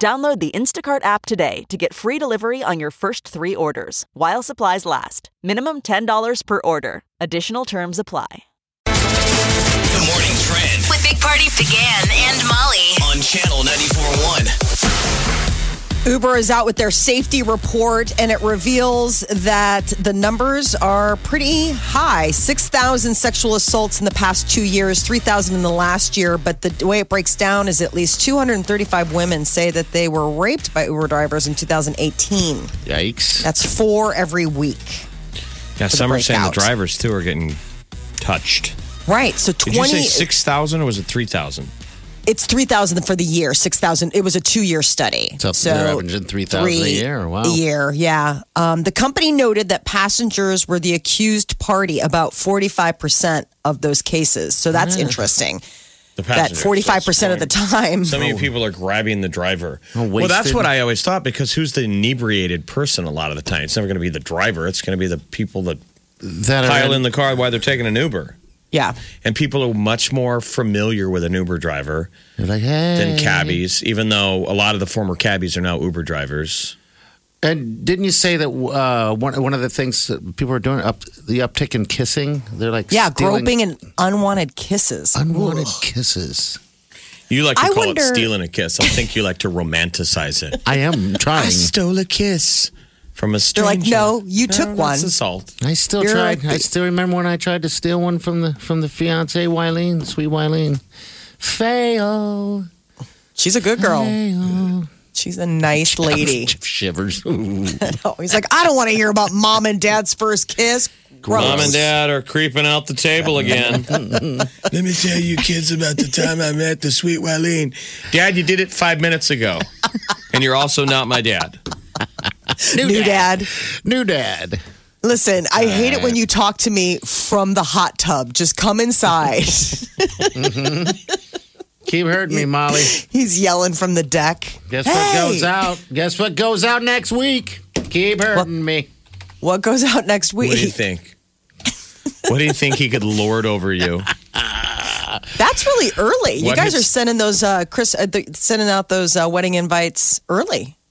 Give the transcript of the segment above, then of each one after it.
Download the Instacart app today to get free delivery on your first three orders while supplies last. Minimum $10 per order. Additional terms apply. Good morning, Trend With Big Party began and Molly. on Channel 94.1. Uber is out with their safety report, and it reveals that the numbers are pretty high 6,000 sexual assaults in the past two years, 3,000 in the last year. But the way it breaks down is at least 235 women say that they were raped by Uber drivers in 2018. Yikes. That's four every week. Yeah, some are saying the breakout. drivers too are getting touched. Right. So 20. Did you say 6,000 or was it 3,000? It's 3,000 for the year, 6,000. It was a two year study. It's up- they're averaging 3,000 a three year. Wow. A year, yeah. Um, the company noted that passengers were the accused party about 45% of those cases. So that's interesting. The That passenger. 45% of the time. Some of you people are grabbing the driver. Oh, well, that's wasted. what I always thought because who's the inebriated person a lot of the time? It's never going to be the driver. It's going to be the people that That are pile in the car while they're taking an Uber. Yeah. And people are much more familiar with an Uber driver they're like, hey. Mm. than cabbies, even though a lot of the former cabbies are now Uber drivers. And didn't you say that uh, one one of the things that people are doing up the uptick in kissing? They're like Yeah. stealing Groping and unwanted kisses. unwanted kisses. You like to I call wonder- it stealing a kiss. I think you like to romanticize it. I am trying. I, stole a kiss from a They're stranger. like, no, you took one. That's assault. still You're tried. a- I still remember when I tried to steal one from the from the fiance Wileen, sweet Wileen. Fail. She's a good Mm-hmm. girl. Fail. She's a nice lady. Shivers. Ooh. Oh, he's like, I don't want to hear about mom and dad's first kiss. Gross. Mom and dad are creeping out the table again. Let me tell you kids about the time I met the sweet Wileen. Dad, you did it five minutes ago. And you're also not my dad. New, New dad. New dad. Listen, I hate it when you talk to me from the hot tub. Just come inside. Keep hurting me, Molly. He's yelling from the deck. Guess Hey! what goes out? Guess what goes out next week? Keep hurting me. What goes out next What do you week? think? What do you think he could lord over you? That's really early. You What guys is- are sending those uh, Chris uh, th- sending out those uh, wedding invites early.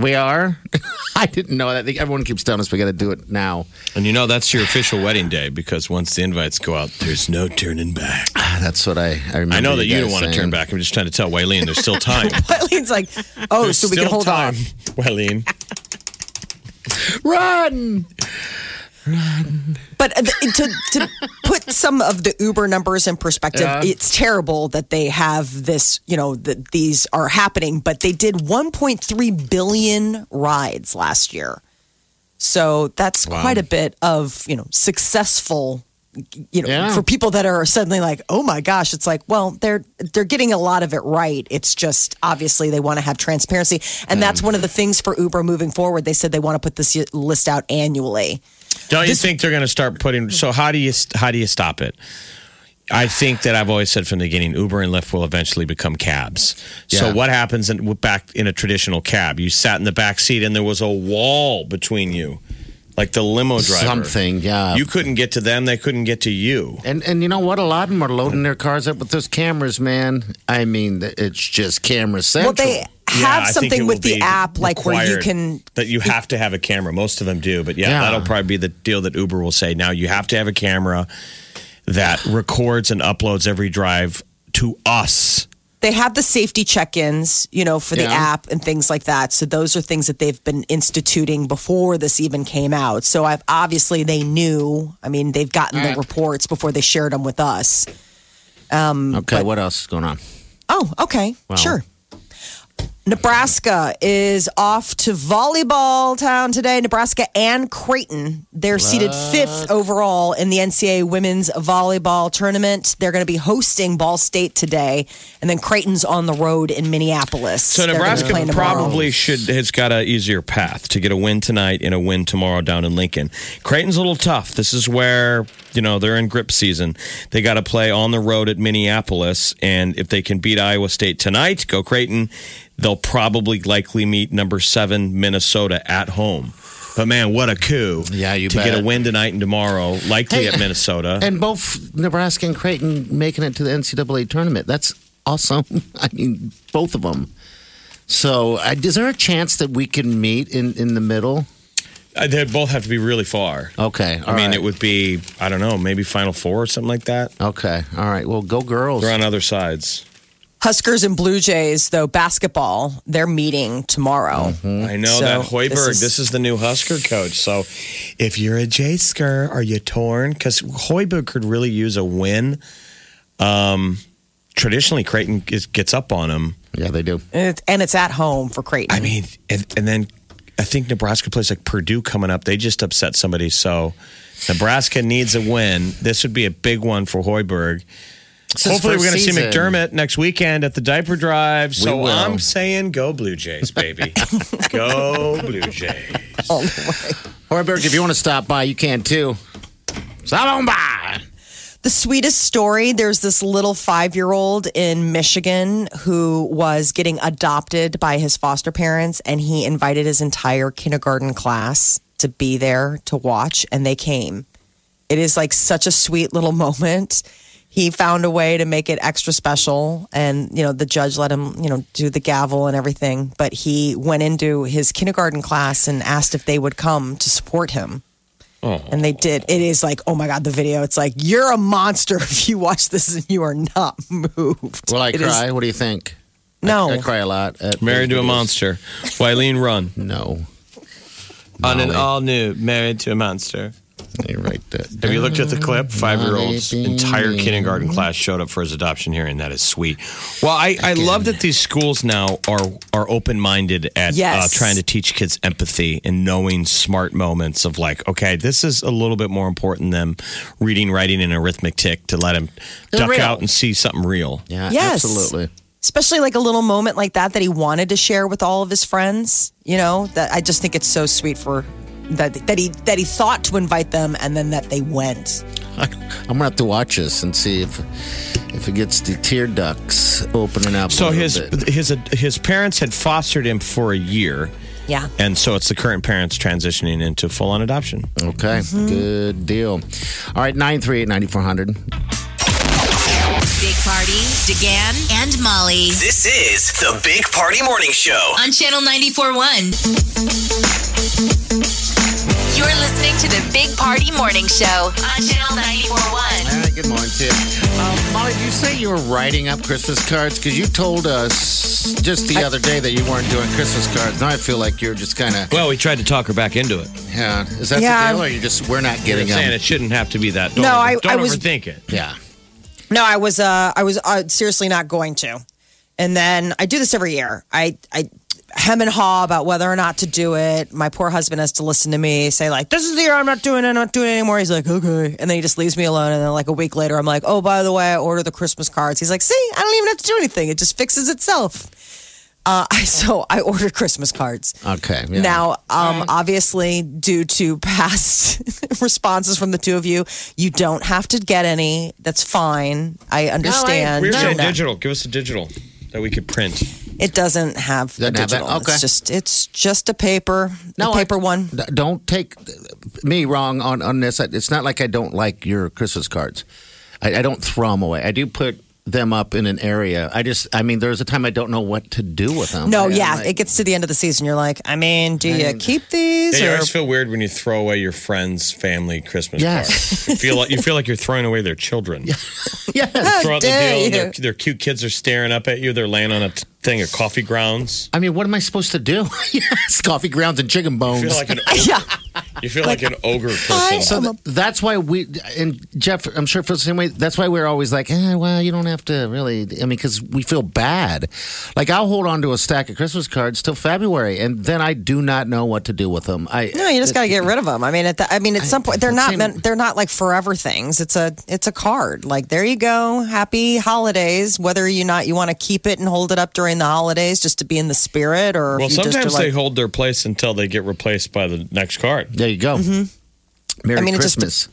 We are. I didn't know that. Everyone keeps telling us we got to do it now. And you know that's your official wedding day because once the invites go out, there's no turning back. Ah, That's what I, I remember. I know that you don't guys want to turn saying. back. I'm just trying to tell Wileen there's still time. Eileen's like, oh, There's so we can still hold time, on. Wileen. Run! But uh, th- to to put some of the Uber numbers in perspective, it's terrible that they have this. You know that these are happening, but they did 1.3 billion rides last year. So that's quite a bit of you know successful. You know, Yeah. for people that are suddenly like, "Oh my gosh!" It's like, well, they're they're getting a lot of it right. It's just obviously they want to have transparency, and that's one of the things for Uber moving forward. They said they want to put this list out annually. Don't you think they're going to start putting? Mm-hmm. So how do you how do you stop it? I think that I've always said from the beginning, Uber and Lyft will eventually become cabs. So Yeah. what happens in, back in a traditional cab? You sat in the back seat and there was a wall between you, like the limo driver. Something, yeah. You couldn't get to them; they couldn't get to you. and and you know what? A lot of them are loading their cars up with those cameras, man. I mean, it's just camera Well, central. they Yeah, have I think it something with will the be app, like where you required can. that you have to have a camera. Most of them do, but yeah, Yeah. that'll probably be the deal that Uber will say. Now you have to have a camera that records and uploads every drive to us. They have the safety check-ins, you know, for the Yeah. app and things like that. So those are things that they've been instituting before this even came out. So I've obviously they knew. I mean, they've gotten the reports before they shared them with us. okay, what else is going on? Oh, okay, sure. Nebraska is off to volleyball town today. Nebraska and Creighton. They're seated fifth overall in the NCAA women's volleyball tournament. They're going to be hosting Ball State today, and then Creighton's on the road in Minneapolis. So They're gonna Nebraska play tomorrow. probably should has got an easier path to get a win tonight and a win tomorrow down in Lincoln. Creighton's a little tough. This is where you know they're in grip season. They got to play on the road at Minneapolis, and if they can beat Iowa State tonight, go Creighton. They'll probably likely meet number seven Minnesota at home. But man, what a coup! Yeah, you to get a bet. win tonight and tomorrow, likely Hey. at Minnesota. And both Nebraska and Creighton making it to the NCAA tournament. That's awesome. I mean, both of them. So, I, is there a chance that we can meet in, in the middle? Uh, they both have to be really far. Okay. I all mean, right. it would be I don't know, maybe Final Four or something like that. Okay. All right. Well, go girls. They're on other sides. Huskers and Blue Jays, though basketball, they're meeting tomorrow. I know So, that Hoiberg. This this is, is- the new Husker coach. So, if you're a Jaysker, are you torn? Because Hoiberg could really use a win. Um, traditionally, Creighton gets, gets up on him. Yeah, they do. And it's, and it's at home for Creighton. I mean, and, and then I think Nebraska plays like Purdue coming up. They just upset somebody. So, Nebraska needs a win. This would be a big one for Hoiberg. This is Hopefully, we're first going to see season. McDermott next weekend at the diaper drive. So will. I'm saying, go Blue Jays, baby. go Blue Jays. Horberg, if you want to stop by, you can too. Stop on by. the sweetest story there's this little five year old in Michigan who was getting adopted by his foster parents, and he invited his entire kindergarten class to be there to watch, and they came. It is like such a sweet little moment. He found a way to make it extra special, and you know the judge let him, you know, do the gavel and everything. But he went into his kindergarten class and asked if they would come to support him. Oh. And they did. It is like, oh my God, the video. It's like, you're a monster if you watch this and you are not moved. Will I It is- cry? What do you think? no. I cry a lot. at Married to a videos. monster. Wileen Run. No. On an all new Married to a Monster. They write that. Have you looked at the clip? Five year old's entire kindergarten class showed up for his adoption hearing. That is sweet. Well, I, I love that these schools now are are open minded at Yes. uh, trying to teach kids empathy and knowing smart moments of like, okay, this is a little bit more important than reading, writing, and arithmetic to let him They're duck real. out and see something real. Yeah, Yes. absolutely. Especially like a little moment like that that he wanted to share with all of his friends. You know, that I just think it's so sweet for that that he that he thought to invite them and then that they went. I, am gonna have to watch this and see if if it gets the tear ducts opening up. a So little his bit. his his parents had fostered him for a year. Yeah. And so it's the current parents transitioning into full on adoption. okay, good deal. All right, nine three eight ninety four hundred. Big Party, DeGan, and Molly This is the Big Party Morning Show. on Channel 94.1. You're listening to the Big Party Morning Show on Channel 94.1. All right, good morning to you, um, Molly. Did you say you were writing up Christmas cards because you told us just the other day that you weren't doing Christmas cards. Now I feel like you're just kind of Well, we tried to talk her back into it. yeah. Is that Yeah. the deal, or you just we're not I'm getting saying them? it shouldn't have to be that. Don't No, over- I- don't I was- overthink it. Yeah. No, I was uh I was uh, seriously not going to. And then I do this every year. I I hem and haw about whether or not to do it. My poor husband has to listen to me say like, "This is the year I'm not doing it. I'm not doing it anymore." He's like, "Okay," and then he just leaves me alone. And then like a week later, I'm like, "Oh, by the way, I ordered the Christmas cards." He's like, "See, I don't even have to do anything. It just fixes itself." Uh, I, so I ordered Christmas cards. Okay. yeah. Now, um, obviously, due to past responses from the two of you, you don't have to get any. That's fine. I understand. We were saying No, no. digital. Give us a digital that we could print. It doesn't have Doesn't have that? digital. Okay. It's just it's just a paper, No, a paper I- one. D- Don't take me wrong on, on this. It's not like I don't like your Christmas cards. I, I don't throw them away. I do put them up in an area. I just, I mean, there's a time I don't know what to do with them. No, I- I'm yeah, like, it gets to the end of the season. You're like, I mean, do you keep these? Yeah, you or- always feel weird when you throw away your friends' family Christmas Yes. cards. You feel like you feel like you're throwing away their children. yes. Throw out the dare deal. and Their, you. their cute kids are staring up at you. They're laying on a t- thing of coffee grounds. I mean, what am I supposed to do? yes, coffee grounds and chicken You bones. feel like an ogre. yeah, You feel like, an ogre person. So th- that's why we and Jeff, I'm sure feels the same way. That's why we're always like, eh, well, you don't have to really. I mean, because we feel bad. Like I'll hold on to a stack of Christmas cards till February, and then I do not know what to do with them. I No, you just got to get rid of them. I mean, at the, I mean, at some point, they're not same- meant. They're not like forever things. It's a it's a card. Like there you go. Happy holidays. Whether you not you want to keep it and hold it up during the holidays just to be in the spirit, or well, if you sometimes just are they like, hold their place until they get replaced by the next card. There you go. Merry Mm-hmm. I mean, it just- Christmas.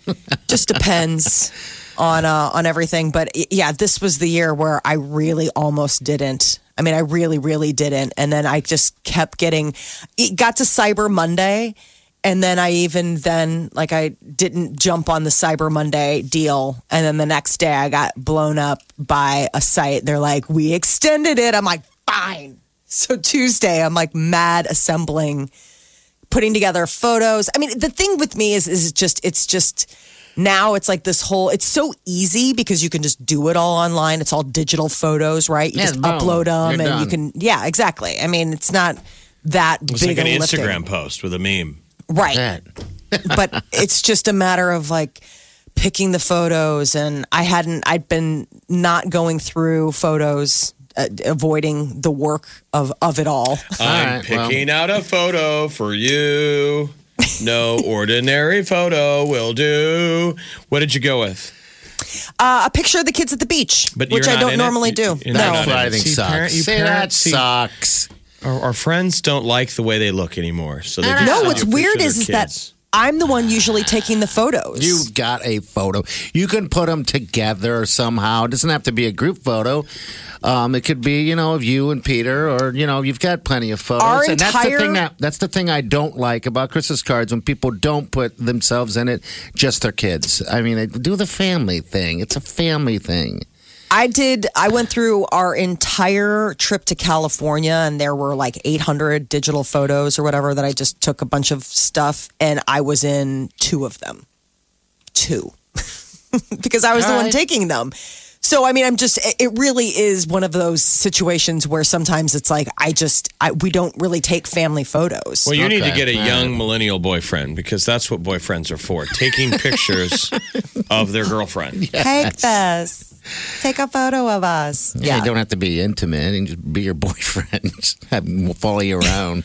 just depends on uh, on everything. But y- yeah, this was the year where I really almost didn't. I mean, I really, really didn't. And then I just kept getting. It got to Cyber Monday, and then I even then like I didn't jump on the Cyber Monday deal. And then the next day, I got blown up by a site. They're like, "We extended it." I'm like, "Fine." So Tuesday, I'm like mad assembling putting together photos. I mean, the thing with me is is just it's just now it's like this whole it's so easy because you can just do it all online. It's all digital photos, right? You Yeah, just boom. upload them You're and you done. can yeah, exactly. I mean, it's not that It's big like an a lifting. Instagram post with a meme. Right That. but it's just a matter of like picking the photos and i hadn't i'd been not going through photos uh, avoiding the work of of it all I'm right, picking out a photo for you. No ordinary photo will do. What did you go with? uh, a picture of the kids at the beach which you're i not don't in it? normally You- do you're not no in it. Well, I think See, sucks. parent- you See, that parents see- sucks. Our, our friends don't like the way they look anymore. So they just no send what's you a picture weird of their is, is that kids. i'm the one usually taking the photos You got a photo. You can put them together somehow. It doesn't have to be a group photo. Um, it could be, you know, of you and Peter, or you know, you've got plenty of photos. Our and that's the entire- thing that that's the thing I don't like about Christmas cards when people don't put themselves in it, just their kids. I mean, they do the family thing. It's a family thing. I did. I went through our entire trip to California, and there were like 800 digital photos or whatever that I just took a bunch of stuff, and I was in two of them. Two. because I was the one taking them. So, I mean, I'm just, it- it really is one of those situations where sometimes it's like, I just, I, we don't really take family photos. Well, you need to Okay, get a young millennial boyfriend because that's what boyfriends are for taking pictures of their girlfriend. Take this. Take a photo of us. Yeah, you don't have to be intimate and just be your boyfriend. Just have him follow you around.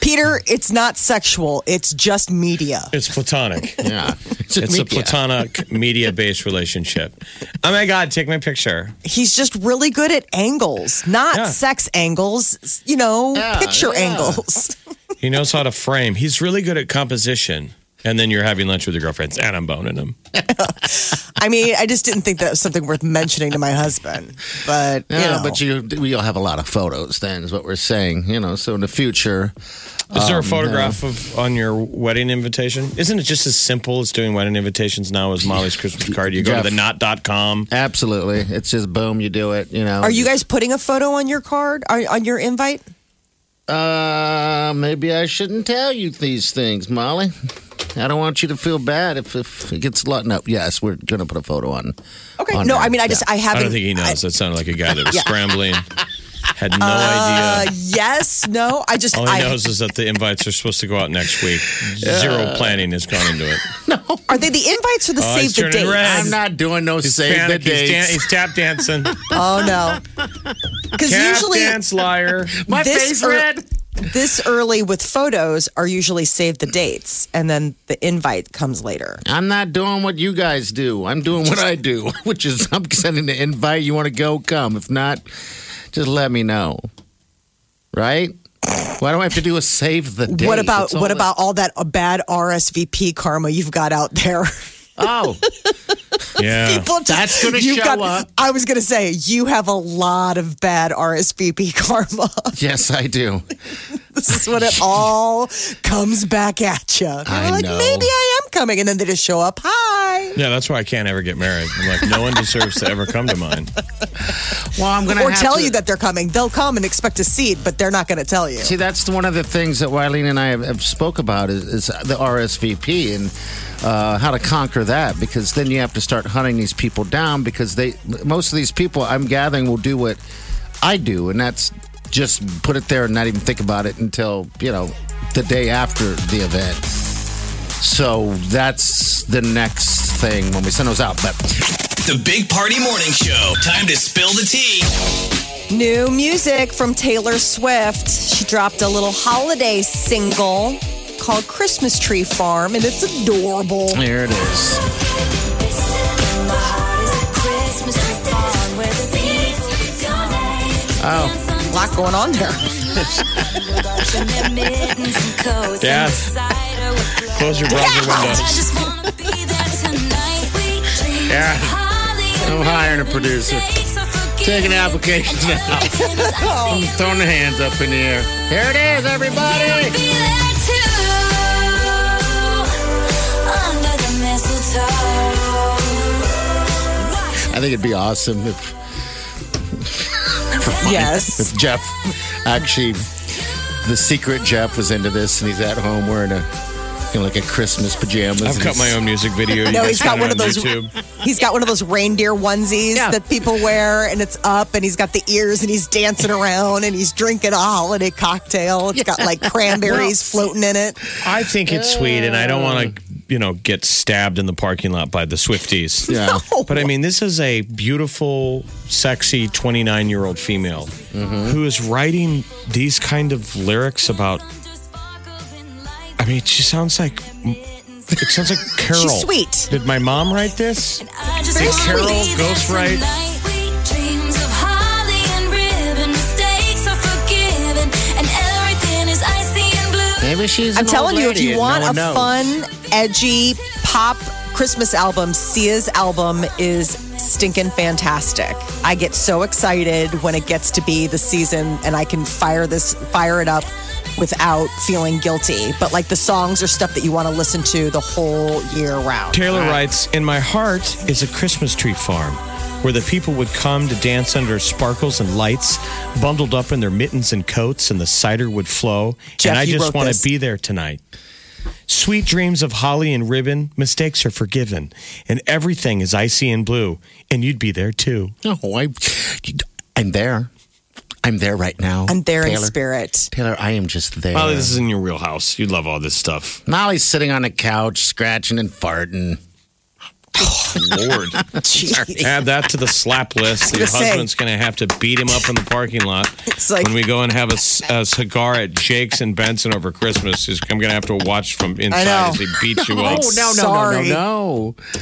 Peter, it's not sexual, it's just media. It's platonic. yeah, It's a Media. platonic media based relationship. Oh my God, take my picture. he's just really good at angles, not Yeah. sex angles, you know, Yeah, picture yeah. angles. He knows how to frame. He's really good at composition. And then you're having lunch with your girlfriends, and I'm boning him. I mean, I just didn't think that was something worth mentioning to my husband, but you Yeah, know, but you we'll have a lot of photos then is what we're saying. You know, so in the future, Is Oh, there a photograph of on your wedding invitation? Isn't it just as simple as doing wedding invitations now as Molly's Christmas card? You go to Jeff. the knot.com. absolutely, it's just boom, you do it. You know, are you guys putting a photo on your card Are- on your invite? Uh, maybe I shouldn't tell you these things, Molly. I don't want you to feel bad if, if it gets lot. No, yes, we're gonna put a photo on. Okay, on no, there. I mean, I just I I haven't. don't think he knows. that sounded like a guy that was scrambling, had no Uh, idea. yes, no, I just All he I, knows is that the invites are supposed to go out next week. Uh, Zero planning has gone into it. are they the invites or the Oh, save he's the turning dates? red. I'm not doing no save Panic, the he's, dates. dan- he's tap dancing. Oh no, because tap usually dance liar. My this face or- red. this early with photos are usually save the dates, and then the invite comes later. I'm not doing what you guys do. I'm doing what I do, which is I'm sending the invite. You want to go, come. If not, just let me know. Right? Why do I have to do a save the date? What about That's all what that- about all that uh, bad RSVP karma you've got out there? Oh, Yeah. People just- That's gonna you've show got- up. I was gonna say you have a lot of bad RSVP karma. yes, I do. this is when it all comes back at you. You're I like, know. maybe I am coming, and then they just show up. Hi. Yeah, that's why I can't ever get married. I'm like, no one deserves to ever come to mine. Well, I'm gonna Or have tell to- you that they're coming. They'll come and expect to see it, but they're not going to tell you. See, that's one of the things that Wileen and I have, have spoke about is, is the RSVP and uh, how to conquer that because then you have to start hunting these people down because they most of these people I'm gathering will do what I do and that's just put it there and not even think about it until you know the day after the event. So that's the next thing when we send those out. But The Big Party Morning Show. Time to spill the tea. New music from Taylor Swift. She dropped a little holiday single called Christmas Tree Farm, and it's adorable. there it is. Oh. A lot going on there. Yeah. Close your browser window. Yeah. I'm hiring a producer. Taking applications now. I'm throwing the hands up in the air. Here it is, everybody. I think it'd be awesome if Yes. if Jeff actually the secret Jeff was into this and he's at home wearing a you know, like a Christmas pajamas. I've and cut he's- my own music video. You No, can he's got find it one of on those. YouTube. He's got one of those reindeer onesies Yeah. that people wear, and it's up, and he's got the ears, and he's dancing around, and he's drinking a holiday cocktail. It's got like cranberries floating in it. I think it's sweet, and I don't want Oh. to, you know, get stabbed in the parking lot by the Swifties. Yeah. But I mean, this is a beautiful, sexy 29 year old female who is writing these kind of lyrics about. I mean, she sounds like. It sounds like Carol. sweet. Did my mom write this? Did Carol Carol ghostwrite? ghostwrite? Maybe she's. I'm an telling old you, if lady you and no want one a knows. fun, edgy pop Christmas album, Sia's album is stinking fantastic. I get so excited when it gets to be the season and I can fire this, fire it up without feeling guilty. But like the songs are stuff that you want to listen to the whole year round. Taylor writes In my heart is a Christmas tree farm where the people would come to dance under sparkles and lights, bundled up in their mittens and coats, and the cider would flow. Jeff, and I you just wrote want this. to be there tonight. Sweet dreams of holly and ribbon, mistakes are forgiven, and everything is icy and blue, and you'd be there too. No, I, I'm there. I'm there right now. I'm there in Taylor. spirit. Taylor, I am just there. Molly, this is in your real house. You love all this stuff. Molly's sitting on a couch, scratching and farting. Lord. Add that to the slap list. Your was gonna say. husband's going to have to beat him up in the parking lot It's like- when we go and have a, c- a cigar at Jake's and Benson over Christmas. He's, I'm going to have to watch from inside know. as he beats Oh, you up. Sorry. no, no.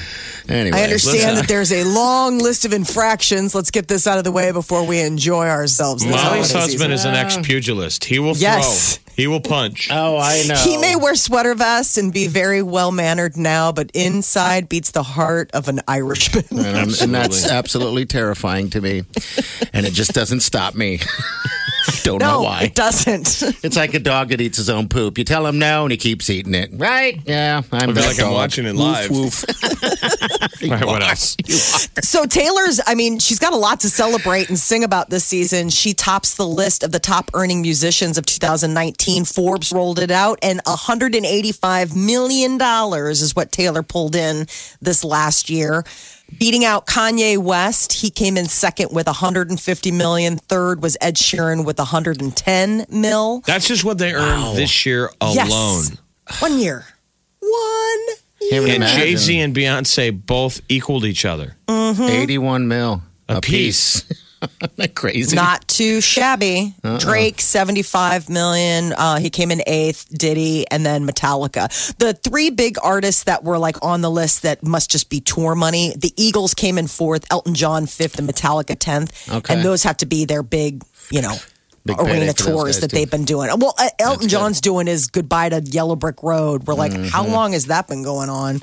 Anyway, I understand listen. that there's a long list of infractions. Let's get this out of the way before we enjoy ourselves. this holiday Molly's season. husband is an ex pugilist. He will Yes. throw, he will punch. Oh, I know. He may wear sweater vests and be very well mannered now, but inside beats the heart of an Irishman. And, I'm- and that's absolutely terrifying to me. And it just doesn't stop me. Don't know No, why. it doesn't. It's like a dog that eats his own poop. You tell him no, and he keeps eating it. Right? Yeah, I'm. I feel that like I'm dog. watching it live. Woof, All right, what else? So Taylor's, I mean, she's got a lot to celebrate and sing about this season. She tops the list of the top earning musicians of 2019. Forbes rolled it out, and 185 million dollars is what Taylor pulled in this last year, beating out Kanye West. He came in second with 150 million. Third was Ed Sheeran with 110 mil. That's just what they earned this year alone. Yes. One year. One. Can you And imagine? Jay Z and Beyonce both equaled each other. eighty-one mil Uh-huh. A Isn't that crazy? Not too shabby. Uh-uh. Drake, 75 million. Uh, he came in eighth, Diddy, and then Metallica. The three big artists that were like on the list that must just be tour money. The Eagles came in fourth, Elton John fifth, and Metallica 10th. Okay. And those have to be their big, you know. Big arena payday for those tours guys, that too. they've been doing. Well, uh, Elton John's doing his goodbye to Yellow Brick Road. We're like, how Mm-hmm. long has that been going on?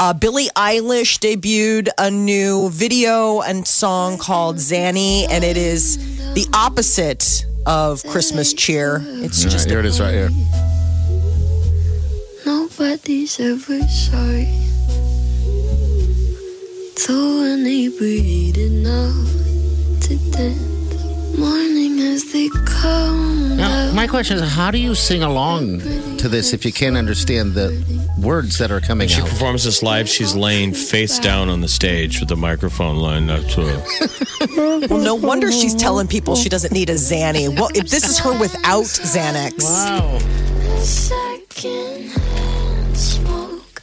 Uh, Billie Eilish debuted a new video and song called Zanny, and it is the opposite of Christmas cheer. It's All right, just here it is, right here. Nobody's ever sorry. So when they breathe and out to death, morning as they come. Now, my question is, how do you sing along to this if you can't understand the words that are coming She out? performs this live. She's laying face down on the stage with the microphone lined up to her. well, no wonder she's telling people she doesn't need a Zanny. Well, if this is her without Xanax, Wow. Second hand smoke.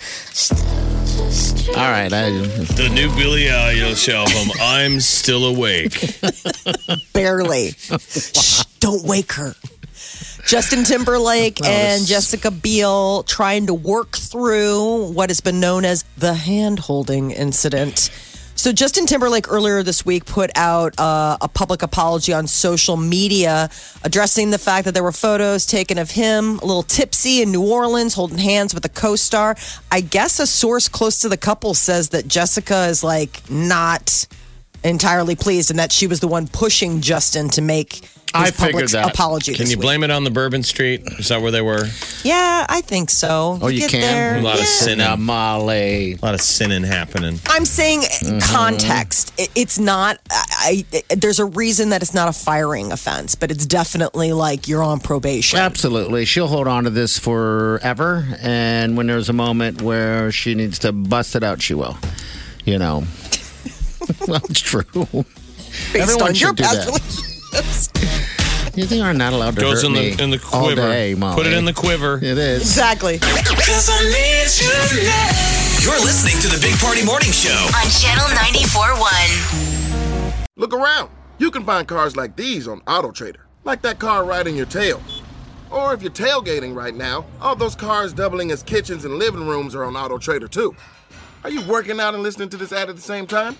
All right. I, The new Billy Eilish album, I'm Still Awake. barely. Shh, don't wake her. Justin Timberlake and Jessica Biel trying to work through what has been known as the hand holding incident. So, Justin Timberlake earlier this week put out uh, a public apology on social media addressing the fact that there were photos taken of him a little tipsy in New Orleans holding hands with a co star. I guess a source close to the couple says that Jessica is like not entirely pleased and that she was the one pushing Justin to make his I public figured that. apology. Can this you week. blame it on the Bourbon Street? Is that where they were? Yeah, I think so. oh, you get can. there. A lot of sin. Now, A Molly. lot of sinning happening. I'm saying Mm-hmm. context. It, it's not. I, I, there's a reason that it's not a firing offense, but it's definitely like you're on probation. Absolutely. She'll hold on to this forever. And when there's a moment where she needs to bust it out, she will. You know. well, it's true. based everyone on your should do past that. relationships. You think I'm not allowed to Goes hurt in me the in the all quiver. day, Molly. Put it in the quiver. It is. Exactly. You're listening to the Big Party Morning Show. on Channel 94.1. Look around. You can find cars like these on AutoTrader, like that car riding your tail. Or if you're tailgating right now, all those cars doubling as kitchens and living rooms are on AutoTrader too. Are you working out and listening to this ad at the same time?